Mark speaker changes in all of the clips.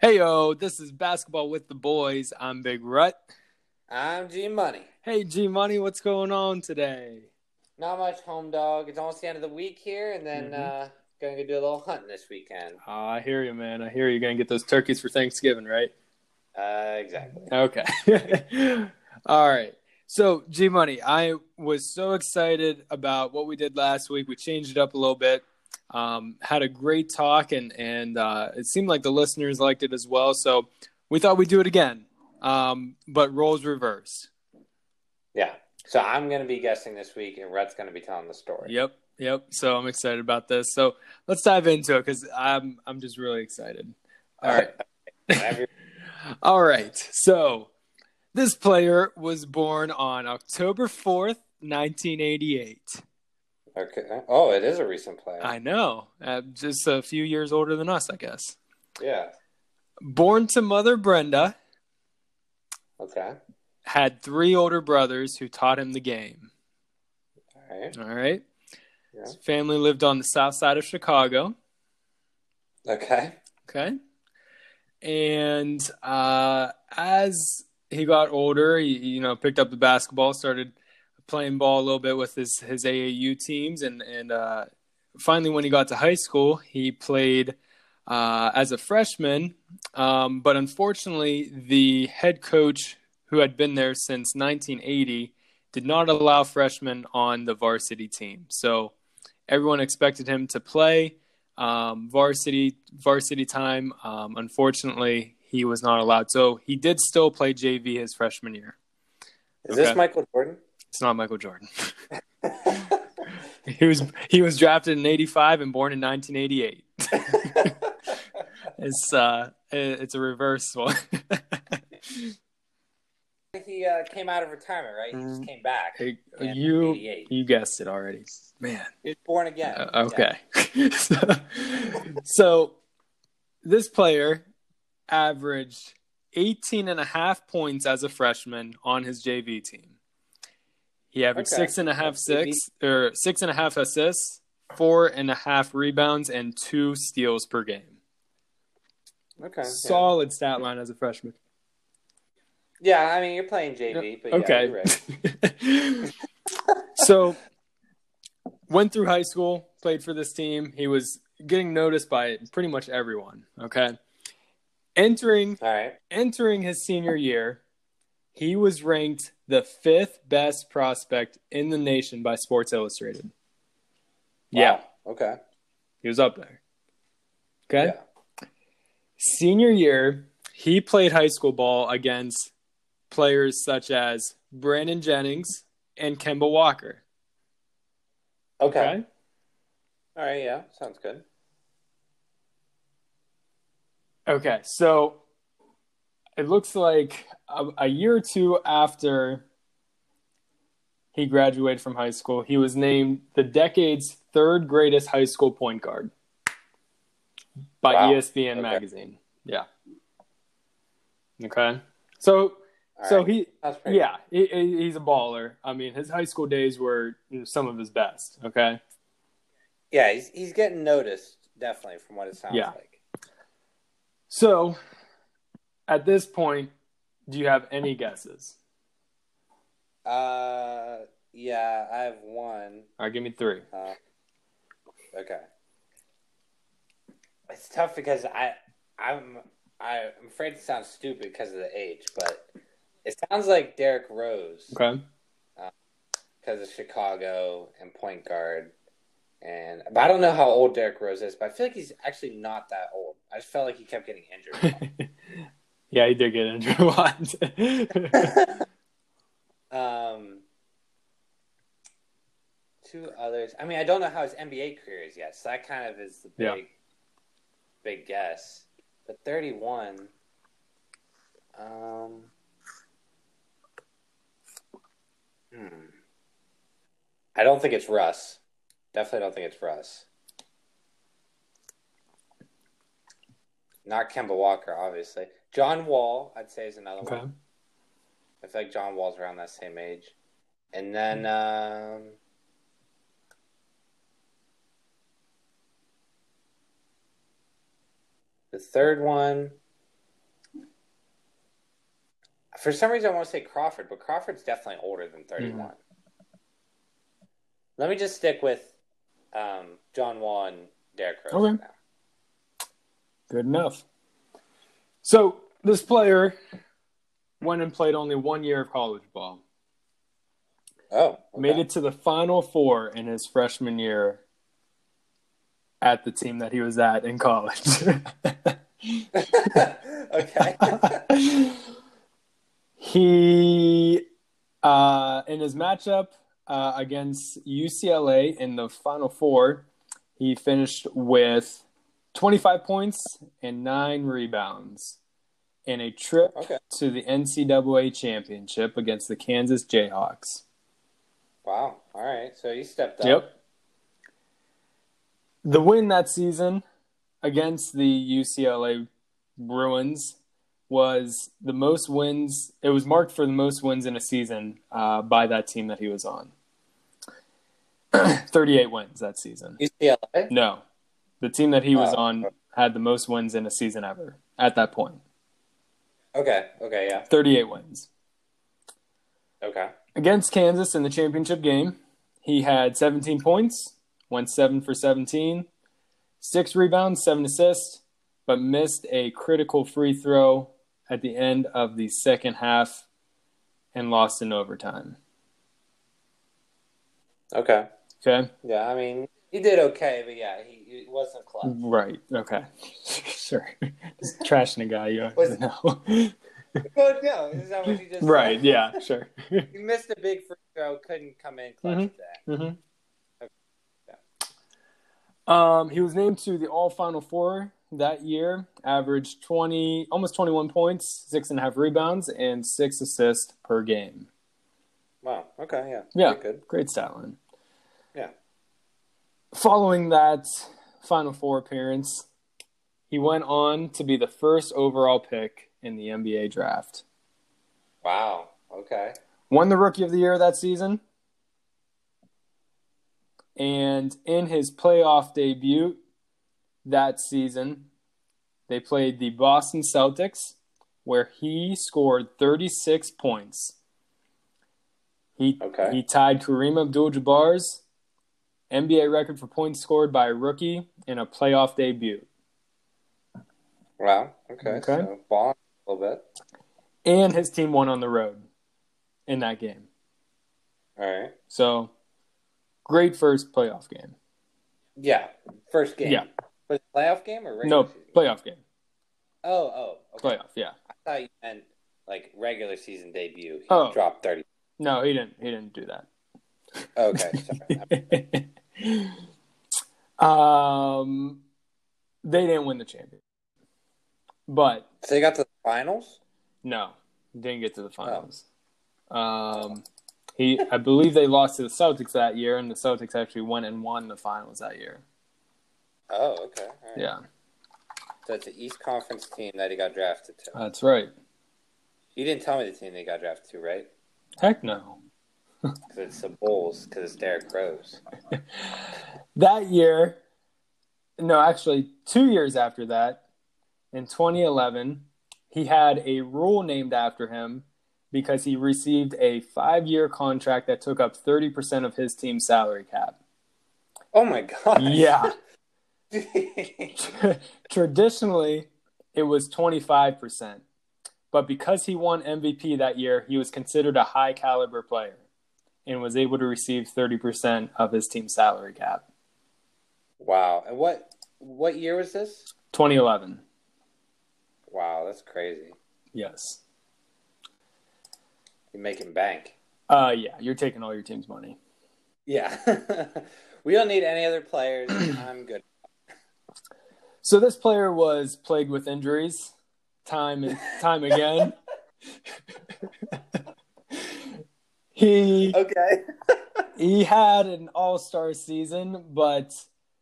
Speaker 1: Hey yo, this is Basketball with the Boys. I'm Big Rut.
Speaker 2: I'm G Money.
Speaker 1: Hey G Money, what's going on today?
Speaker 2: Not much home dog. It's almost the end of the week here, and then
Speaker 1: Mm-hmm.
Speaker 2: uh, going to do a little hunting this weekend.
Speaker 1: Ah, I hear you, man. I hear you're gonna get those turkeys for Thanksgiving, right?
Speaker 2: Uh, exactly.
Speaker 1: Okay. All right. So G Money, I was so excited about what we did last week. We changed it up a little bit. Um, had a great talk, and and uh, it seemed like the listeners liked it as well. So we thought we'd do it again, um, but roles reverse.
Speaker 2: Yeah. So I'm going to be guessing this week, and Rhett's going to be telling the story.
Speaker 1: Yep, yep. So I'm excited about this. So let's dive into it because I'm I'm just really excited. All right,
Speaker 2: Whenever you're-
Speaker 1: all right. So this player was born on October 4th, 1988.
Speaker 2: okay. Oh, it is a recent play.
Speaker 1: I know, uh, just a few years older than us, I guess.
Speaker 2: Yeah.
Speaker 1: Born to mother Brenda,
Speaker 2: Okay.
Speaker 1: had three older brothers who taught him the game.
Speaker 2: All right.
Speaker 1: All right.
Speaker 2: Yeah.
Speaker 1: His family lived on the south side of Chicago.
Speaker 2: Okay.
Speaker 1: Okay. And uh, as he got older, he you know picked up the basketball, started playing ball a little bit with his his AAU teams, and and uh, finally when he got to high school, he played uh, as a freshman. Um, but unfortunately, the head coach who had been there since 1980 did not allow freshmen on the varsity team, so everyone expected him to play um, varsity varsity time. Um, unfortunately, he was not allowed. So he did still play JV his freshman year.
Speaker 2: Is
Speaker 1: Okay.
Speaker 2: this Michael Jordan?
Speaker 1: It's not Michael Jordan. he was he was drafted in '85 and born in 1988. It's uh it- it's a reverse one.
Speaker 2: he uh, came out of retirement, right? He just came back.
Speaker 1: Mm. Hey,
Speaker 2: in
Speaker 1: you
Speaker 2: 88.
Speaker 1: you guessed it already, man.
Speaker 2: He was born again.
Speaker 1: Uh, okay. so, so this player averaged 18 and a half points as a freshman on his JV team. He averaged
Speaker 2: Okay.
Speaker 1: six and a half
Speaker 2: That's JV.
Speaker 1: six or six and a half assists, four and a half rebounds, and two steals per game.
Speaker 2: Yeah. Okay. Yeah.
Speaker 1: Solid stat line as a freshman.
Speaker 2: Yeah, I mean, you're playing JV, but yeah,
Speaker 1: okay.
Speaker 2: you're right.
Speaker 1: so went through high school, played for this team. He was getting noticed by pretty much everyone. Okay. Entering
Speaker 2: All right.
Speaker 1: entering his senior year, he was ranked the fifth best prospect in the nation by Sports Illustrated. Yeah,
Speaker 2: Wow. Okay.
Speaker 1: he was up there. Okay.
Speaker 2: Yeah.
Speaker 1: Senior year, he played high school ball against players such as Brandon Jennings and Kemba Walker.
Speaker 2: Okay.
Speaker 1: Okay.
Speaker 2: All right. Yeah. Sounds good.
Speaker 1: Okay, so it looks like a, a year or two after he graduated from high school, he was named the decade's third greatest high school point guard by E
Speaker 2: Wow.
Speaker 1: ESPN
Speaker 2: Okay.
Speaker 1: magazine. Yeah. Okay. So so
Speaker 2: Alright.
Speaker 1: he
Speaker 2: That's pretty
Speaker 1: yeah, he, he- he's a baller. I mean, his high school days were you know, some of his best, okay?
Speaker 2: Yeah, he's he's getting noticed definitely from what it sounds
Speaker 1: Yeah.
Speaker 2: like.
Speaker 1: So at this point, do you have any guesses?
Speaker 2: Uh, yeah, I have one.
Speaker 1: All right, give me 3.
Speaker 2: Uh, okay, it's tough because I I'm I, I'm afraid to sound stupid because of the age, but it sounds like Derek Rose
Speaker 1: Okay.
Speaker 2: because of Chicago and point guard. And but I don't know how old Derek Rose is, but I feel like he's actually not that old. I just felt like he kept getting injured.
Speaker 1: yeah, he did get injured a lot.
Speaker 2: Um, two others. I mean, I don't know how his NBA career is yet, so that kind of is the big,
Speaker 1: Yeah.
Speaker 2: big guess. But thirty-one. Um. Hmm. I don't think it's Russ. Definitely don't think it's Russ. Not Kemba Walker, obviously. John Wall, I'd say, is another
Speaker 1: okay.
Speaker 2: one. I feel like John Wall's around that same age. And then um the third one For some reason, I want to say Crawford, but Crawford's definitely older than 31. Let me just stick with um, John Wall and Derrick Rose.
Speaker 1: Okay.
Speaker 2: for now.
Speaker 1: Good enough. So this player went and played only one year of college ball.
Speaker 2: Oh, okay.
Speaker 1: Made it to the Final Four in his freshman year at the team that he was at in college.
Speaker 2: okay.
Speaker 1: he, uh, in his matchup uh, against UCLA in the Final Four, he finished with 25 points and nine rebounds in a trip
Speaker 2: Okay.
Speaker 1: to the NCAA championship against the Kansas Jayhawks.
Speaker 2: Wow. All right. So you stepped up.
Speaker 1: Yep. The win that season against the UCLA Bruins was the most wins. It was marked for the most wins in a season uh, by that team that he was on. 38 wins that season.
Speaker 2: UCLA.
Speaker 1: No, the team that he was
Speaker 2: Oh.
Speaker 1: on had the most wins in a season ever at that point.
Speaker 2: Okay. Okay. Yeah.
Speaker 1: 38 wins.
Speaker 2: Okay.
Speaker 1: against Kansas in the championship game, he had 17 points, went 7 for 17, 6 rebounds, 7 assists, but missed a critical free throw at the end of the second half and lost in overtime.
Speaker 2: Okay.
Speaker 1: Okay?
Speaker 2: Yeah. I mean, he did okay, but yeah, he, he wasn't clutch.
Speaker 1: Right. Okay. sure. Just trashing a guy you don't
Speaker 2: Was-
Speaker 1: even know.
Speaker 2: But no, is that what you just said?
Speaker 1: right. Yeah, sure.
Speaker 2: He missed a big free throw, couldn't come in clutch
Speaker 1: Mhm.
Speaker 2: with that.
Speaker 1: hmm Um, he was named to the All Final Four that year. Averaged twenty, almost twenty-one points, six and a half rebounds, and six assists per game.
Speaker 2: Wow. Okay. Yeah.
Speaker 1: Yeah.
Speaker 2: Pretty Good.
Speaker 1: Great stat line.
Speaker 2: Yeah.
Speaker 1: Following that Final Four appearance, he went on to be the first overall pick in the NBA draft.
Speaker 2: Wow. Okay.
Speaker 1: won the rookie of the year that season. And in his playoff debut that season, they played the Boston Celtics, where he scored 36 points. He,
Speaker 2: Okay.
Speaker 1: he tied Kareem Abdul Jabbar's NBA record for points scored by a rookie in a playoff debut.
Speaker 2: Wow. Okay.
Speaker 1: Okay.
Speaker 2: So ball a little bit.
Speaker 1: And his team won on the road in that game.
Speaker 2: All right.
Speaker 1: So, great first playoff game.
Speaker 2: Yeah. First game.
Speaker 1: Yeah.
Speaker 2: Was it playoff game or regular
Speaker 1: No,
Speaker 2: season?
Speaker 1: playoff game.
Speaker 2: Oh, oh. Okay.
Speaker 1: Playoff, yeah.
Speaker 2: I thought you meant like regular season debut. He
Speaker 1: Oh.
Speaker 2: dropped thirty.
Speaker 1: No, he didn't. He didn't do that.
Speaker 2: Okay, sorry.
Speaker 1: um, they didn't win the championship, but
Speaker 2: so they got to the finals.
Speaker 1: no, didn't get to the finals. Um, he, I believe they lost to the Celtics that year, and the Celtics actually went and won the finals that year.
Speaker 2: Oh, okay. All right.
Speaker 1: Yeah,
Speaker 2: So it's the East Conference team that he got drafted to.
Speaker 1: that's right.
Speaker 2: you didn't tell me the team they got drafted to, right?
Speaker 1: Heck no.
Speaker 2: Because it's the Bulls. Because it's Derrick Rose.
Speaker 1: That year, no, actually, two years after that, in 2011, he had a rule named after him because he received a five year contract that took up 30% of his team's salary cap.
Speaker 2: Oh my god.
Speaker 1: Yeah.
Speaker 2: okay.
Speaker 1: Traditionally, it was 25%. But because he won MVP that year, he was considered a high caliber player and was able to receive 30% of his team's salary cap.
Speaker 2: Wow. And what what year was this?
Speaker 1: 2011.
Speaker 2: Wow, that's crazy.
Speaker 1: Yes.
Speaker 2: You're making bank.
Speaker 1: Uh, yeah, you're taking all your team's money.
Speaker 2: Yeah. we don't need any other players. I'm good.
Speaker 1: So this player was plagued with injuries, time and time again. he
Speaker 2: Okay.
Speaker 1: he had an All Star season, but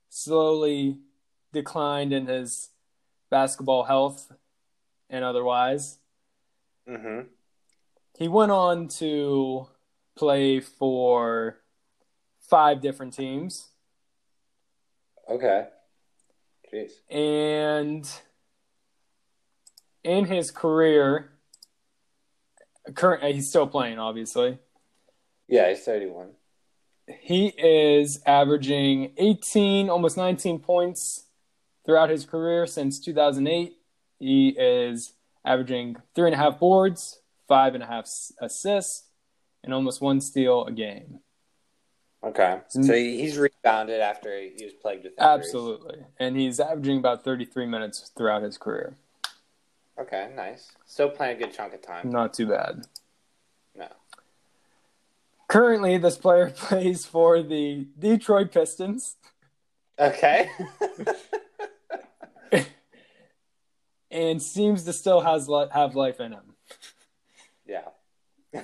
Speaker 1: slowly declined in his basketball health and otherwise.
Speaker 2: Mm-hmm.
Speaker 1: He went on to play for five different teams.
Speaker 2: Okay. Jeez.
Speaker 1: and in his career current uh, he's still playing obviously
Speaker 2: Yeah, he's 31.
Speaker 1: he is averaging 18 almost 19 points throughout his career since 2008 he is averaging three and a half boards five and a half s- assists and almost one steal a game
Speaker 2: Okay.
Speaker 1: Mm.
Speaker 2: So he- he's rebounded after he was plagued with injuries.
Speaker 1: absolutely and he's averaging about 33 minutes throughout his career
Speaker 2: Okay, nice. Still playing a good chunk of time.
Speaker 1: not too bad
Speaker 2: No.
Speaker 1: currently this player plays for the detroit pistons
Speaker 2: Okay.
Speaker 1: and seems to still has li- have life in him
Speaker 2: yeah.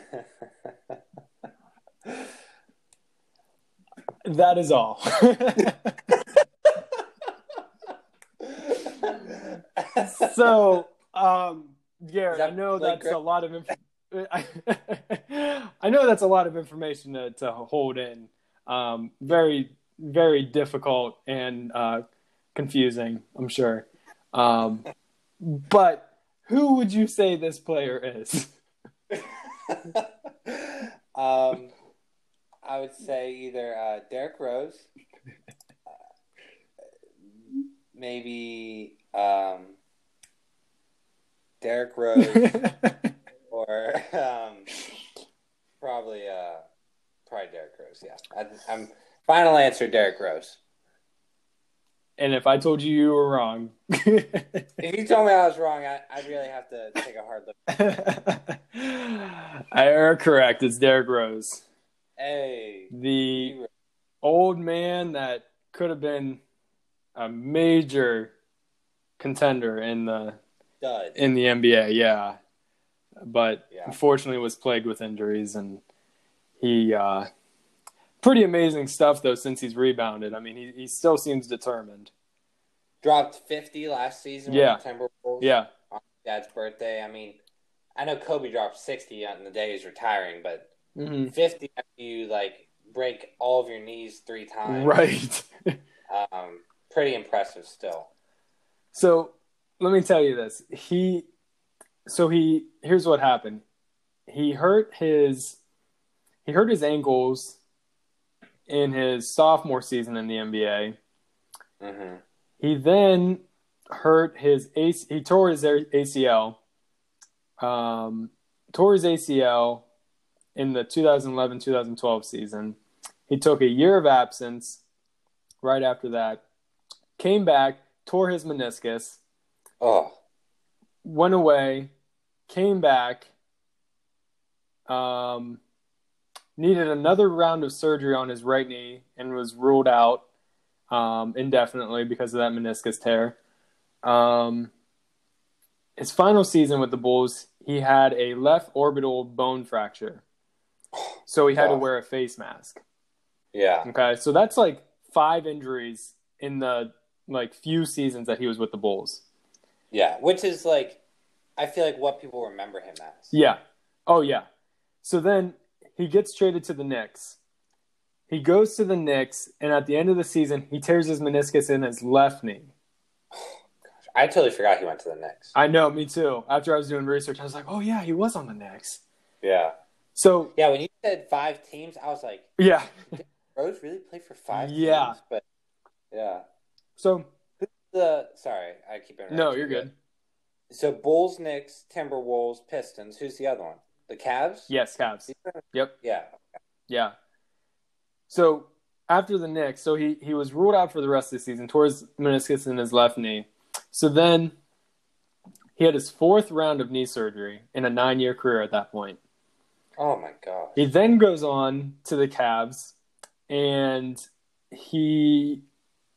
Speaker 1: that is all so um Garrett,
Speaker 2: That
Speaker 1: I know
Speaker 2: Blake
Speaker 1: that's a lot of inf- I, I know that's a lot of information to, to hold in. Um, very very difficult and uh, confusing, I'm sure. Um, but who would you say this player is?
Speaker 2: um, I would say either uh, Derek Rose, uh, maybe um, Derek Rose, or um, probably uh, probably Derek Rose. Yeah, I, I'm final answer Derek Rose.
Speaker 1: and if I told you you were wrong,
Speaker 2: If you told me I was wrong, I, I'd really have to take a hard look.
Speaker 1: I are correct. It's Derrick Rose.
Speaker 2: Hey,
Speaker 1: The
Speaker 2: you were-
Speaker 1: old man that could have been a major contender in the
Speaker 2: dud.
Speaker 1: in the NBA, yeah. But
Speaker 2: Yeah.
Speaker 1: unfortunately was plagued with injuries and he uh pretty amazing stuff though since he's rebounded. I mean, he he still seems determined.
Speaker 2: Dropped 50 last season. with
Speaker 1: Yeah.
Speaker 2: the Timberwolves.
Speaker 1: Yeah.
Speaker 2: dad's birthday. I mean, I know Kobe dropped 60 on the day he's retiring, but
Speaker 1: hmm
Speaker 2: 50 after you like break all of your knees three times.
Speaker 1: Right.
Speaker 2: Um, pretty impressive still.
Speaker 1: So let me tell you this. He, so he, here's what happened. He hurt his, he hurt his ankles in his sophomore season in the NBA.
Speaker 2: Mm-hmm.
Speaker 1: He then hurt his AC, he tore his ACL, um, tore his ACL in the 2011 2012 season. He took a year of absence right after that, came back, tore his meniscus
Speaker 2: Oh,
Speaker 1: went away, came back, um, needed another round of surgery on his right knee, and was ruled out um, indefinitely because of that meniscus tear. Um, his final season with the Bulls, he had a left orbital bone fracture. So he had to
Speaker 2: Wow.
Speaker 1: wear a face mask.
Speaker 2: yeah.
Speaker 1: Okay. So that's like five injuries in the like few seasons that he was with the Bulls.
Speaker 2: Yeah. Which is like, I feel like what people remember him as.
Speaker 1: Yeah. Oh yeah. So then he gets traded to the Knicks. He goes to the Knicks, and at the end of the season, he tears his meniscus in his left knee.
Speaker 2: I totally forgot he went to the Knicks.
Speaker 1: I know, me too. After I was doing research, I was like, oh yeah, he was on the Knicks.
Speaker 2: Yeah.
Speaker 1: So
Speaker 2: Yeah. When you said five teams, I was like,
Speaker 1: yeah.
Speaker 2: Rose really played for five
Speaker 1: Yeah.
Speaker 2: teams? But yeah.
Speaker 1: So
Speaker 2: The, sorry, I keep interrupting.
Speaker 1: no, you're
Speaker 2: you.
Speaker 1: good.
Speaker 2: So Bulls, Knicks, Timberwolves, Pistons. Who's the other one? The Cavs.
Speaker 1: Yes, Cavs. Yep.
Speaker 2: Yeah.
Speaker 1: Yeah. So after the Knicks, so he, he was ruled out for the rest of the season, tore his meniscus in his left knee. So then he had his fourth round of knee surgery in a nine year career at that point.
Speaker 2: Oh my god.
Speaker 1: He then goes on to the Cavs, and he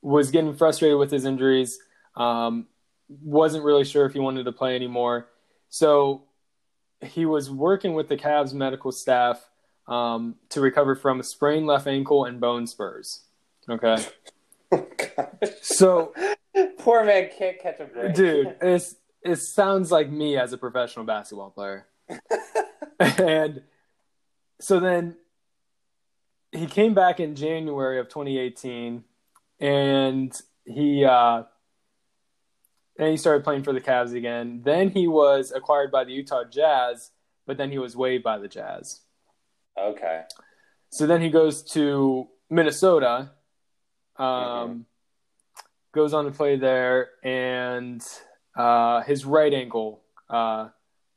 Speaker 1: was getting frustrated with his injuries. Um, wasn't really sure if he wanted to play anymore. So he was working with the Cavs medical staff um, to recover from a sprained left ankle and bone spurs. Okay. So,
Speaker 2: Poor man can't catch a break.
Speaker 1: dude, it's, it sounds like me as a professional basketball player. and so then he came back in January of 2018, and he uh, and he started playing for the Cavs again. Then he was acquired by the Utah Jazz but then he was waived by the Jazz.
Speaker 2: Okay.
Speaker 1: So then he goes to Minnesota, um,
Speaker 2: Mhm.
Speaker 1: goes on to play there, and uh, his right ankle uh,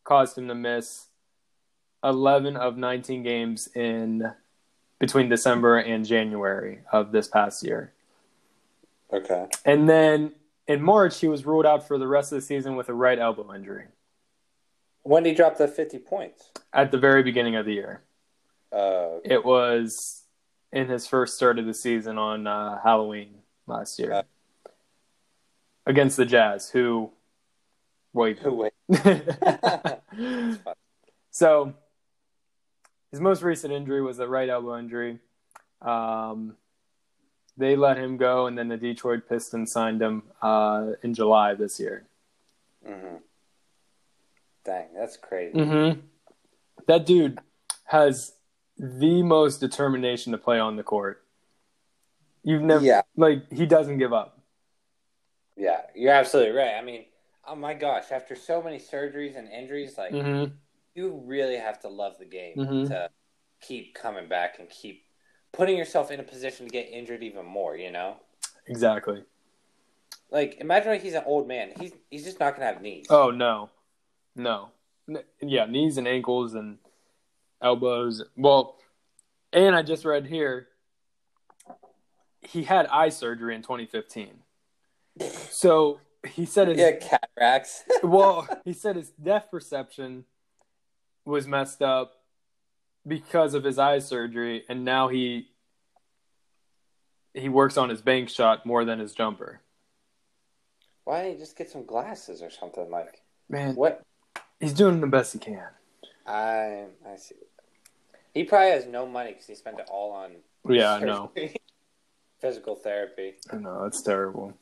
Speaker 1: caused him to miss 11 of 19 games in between December and January of this past year.
Speaker 2: Okay.
Speaker 1: And then in March, he was ruled out for the rest of the season with a right elbow injury
Speaker 2: When did he drop the 50 points?
Speaker 1: at the very beginning of the year.
Speaker 2: Uh,
Speaker 1: It was in his first start of the season on uh, Halloween last year
Speaker 2: Uh.
Speaker 1: against the Jazz, who wait.
Speaker 2: who wait?
Speaker 1: so his most recent injury was the right elbow injury. Um, they let him go, and then the Detroit Pistons signed him uh, in July this year.
Speaker 2: hmm Dang, that's crazy.
Speaker 1: Mm-hmm. That dude has the most determination to play on the court. You've never
Speaker 2: Yeah.
Speaker 1: like he doesn't give up.
Speaker 2: Yeah, you're absolutely right. I mean, oh my gosh, after so many surgeries and injuries, like
Speaker 1: Mm-hmm.
Speaker 2: you really have to love the game
Speaker 1: Mhm.
Speaker 2: to keep coming back and keep putting yourself in a position to get injured even more. You know,
Speaker 1: Exactly.
Speaker 2: like imagine when he's an old man; he's he's just not gonna have knees.
Speaker 1: Oh no, no, N- yeah, knees and ankles and elbows. Well, and I just read here he had eye surgery in 2015. So he said his
Speaker 2: yeah, cataracts.
Speaker 1: well, he said his depth perception was messed up because of his eye surgery, and now he he works on his bank shot more than his jumper.
Speaker 2: Why don't you just get some glasses or something? Like
Speaker 1: Man,
Speaker 2: what?
Speaker 1: he's doing the best he can.
Speaker 2: I I see. He probably has no money because he spent it all on
Speaker 1: Yeah, I know.
Speaker 2: surgery. physical therapy.
Speaker 1: I know that's terrible.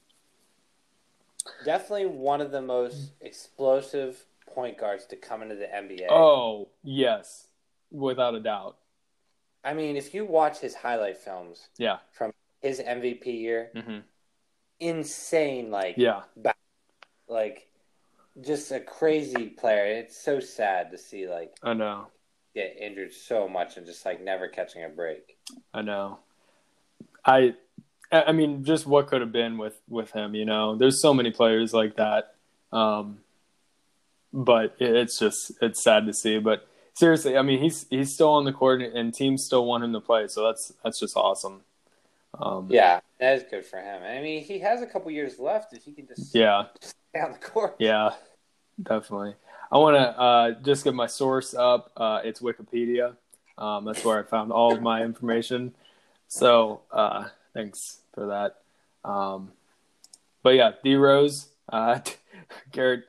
Speaker 2: Definitely one of the most explosive point guards to come into the NBA.
Speaker 1: Oh yes, without a doubt.
Speaker 2: I mean, if you watch his highlight films,
Speaker 1: Yeah.
Speaker 2: from his MVP year,
Speaker 1: hmm
Speaker 2: insane, like,
Speaker 1: Yeah,
Speaker 2: like, just a crazy player. It's so sad to see like
Speaker 1: I know.
Speaker 2: get injured so much and just like never catching a break.
Speaker 1: I know. I I I mean just what could have been with with him, you know. There's so many players like that. Um but it, it's just it's sad to see, but seriously, I mean he's he's still on the court and teams still want him to play, so that's that's just awesome. Um
Speaker 2: Yeah, that is good for him. I mean, he has a couple years left if he can just
Speaker 1: yeah,
Speaker 2: stay on the court.
Speaker 1: yeah. Definitely. I want to uh just get my source up. Uh it's Wikipedia. Um that's where I found all of my information. So uh, thanks for that. Um, but yeah, D Rose, uh, Garrett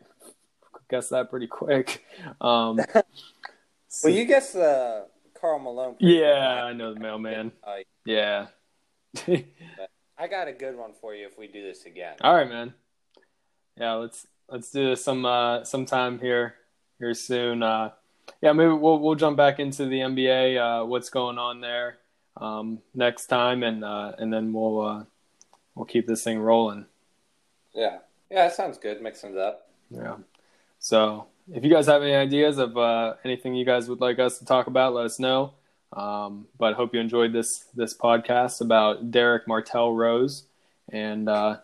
Speaker 1: guessed that pretty quick. Um, so-
Speaker 2: Well, you guess the Carl Malone.
Speaker 1: yeah, I know the mailman.
Speaker 2: Uh,
Speaker 1: Yeah.
Speaker 2: I got a good one for you if we do this again.
Speaker 1: All right, man. Yeah, let's let's do this some uh, sometime here here soon. Uh, yeah, maybe we'll we'll jump back into the NBA. Uh, what's going on there um, next time, and uh, and then we'll uh, we'll keep this thing rolling.
Speaker 2: Yeah, yeah, that sounds good. Mixing it up.
Speaker 1: Yeah. So if you guys have any ideas of uh, anything you guys would like us to talk about, let us know. Um, but hope you enjoyed this this podcast about Derek Martell Rose, and uh,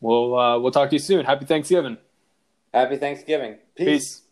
Speaker 1: we'll uh, we'll talk to you soon. Happy Thanksgiving.
Speaker 2: Happy Thanksgiving.
Speaker 1: Peace.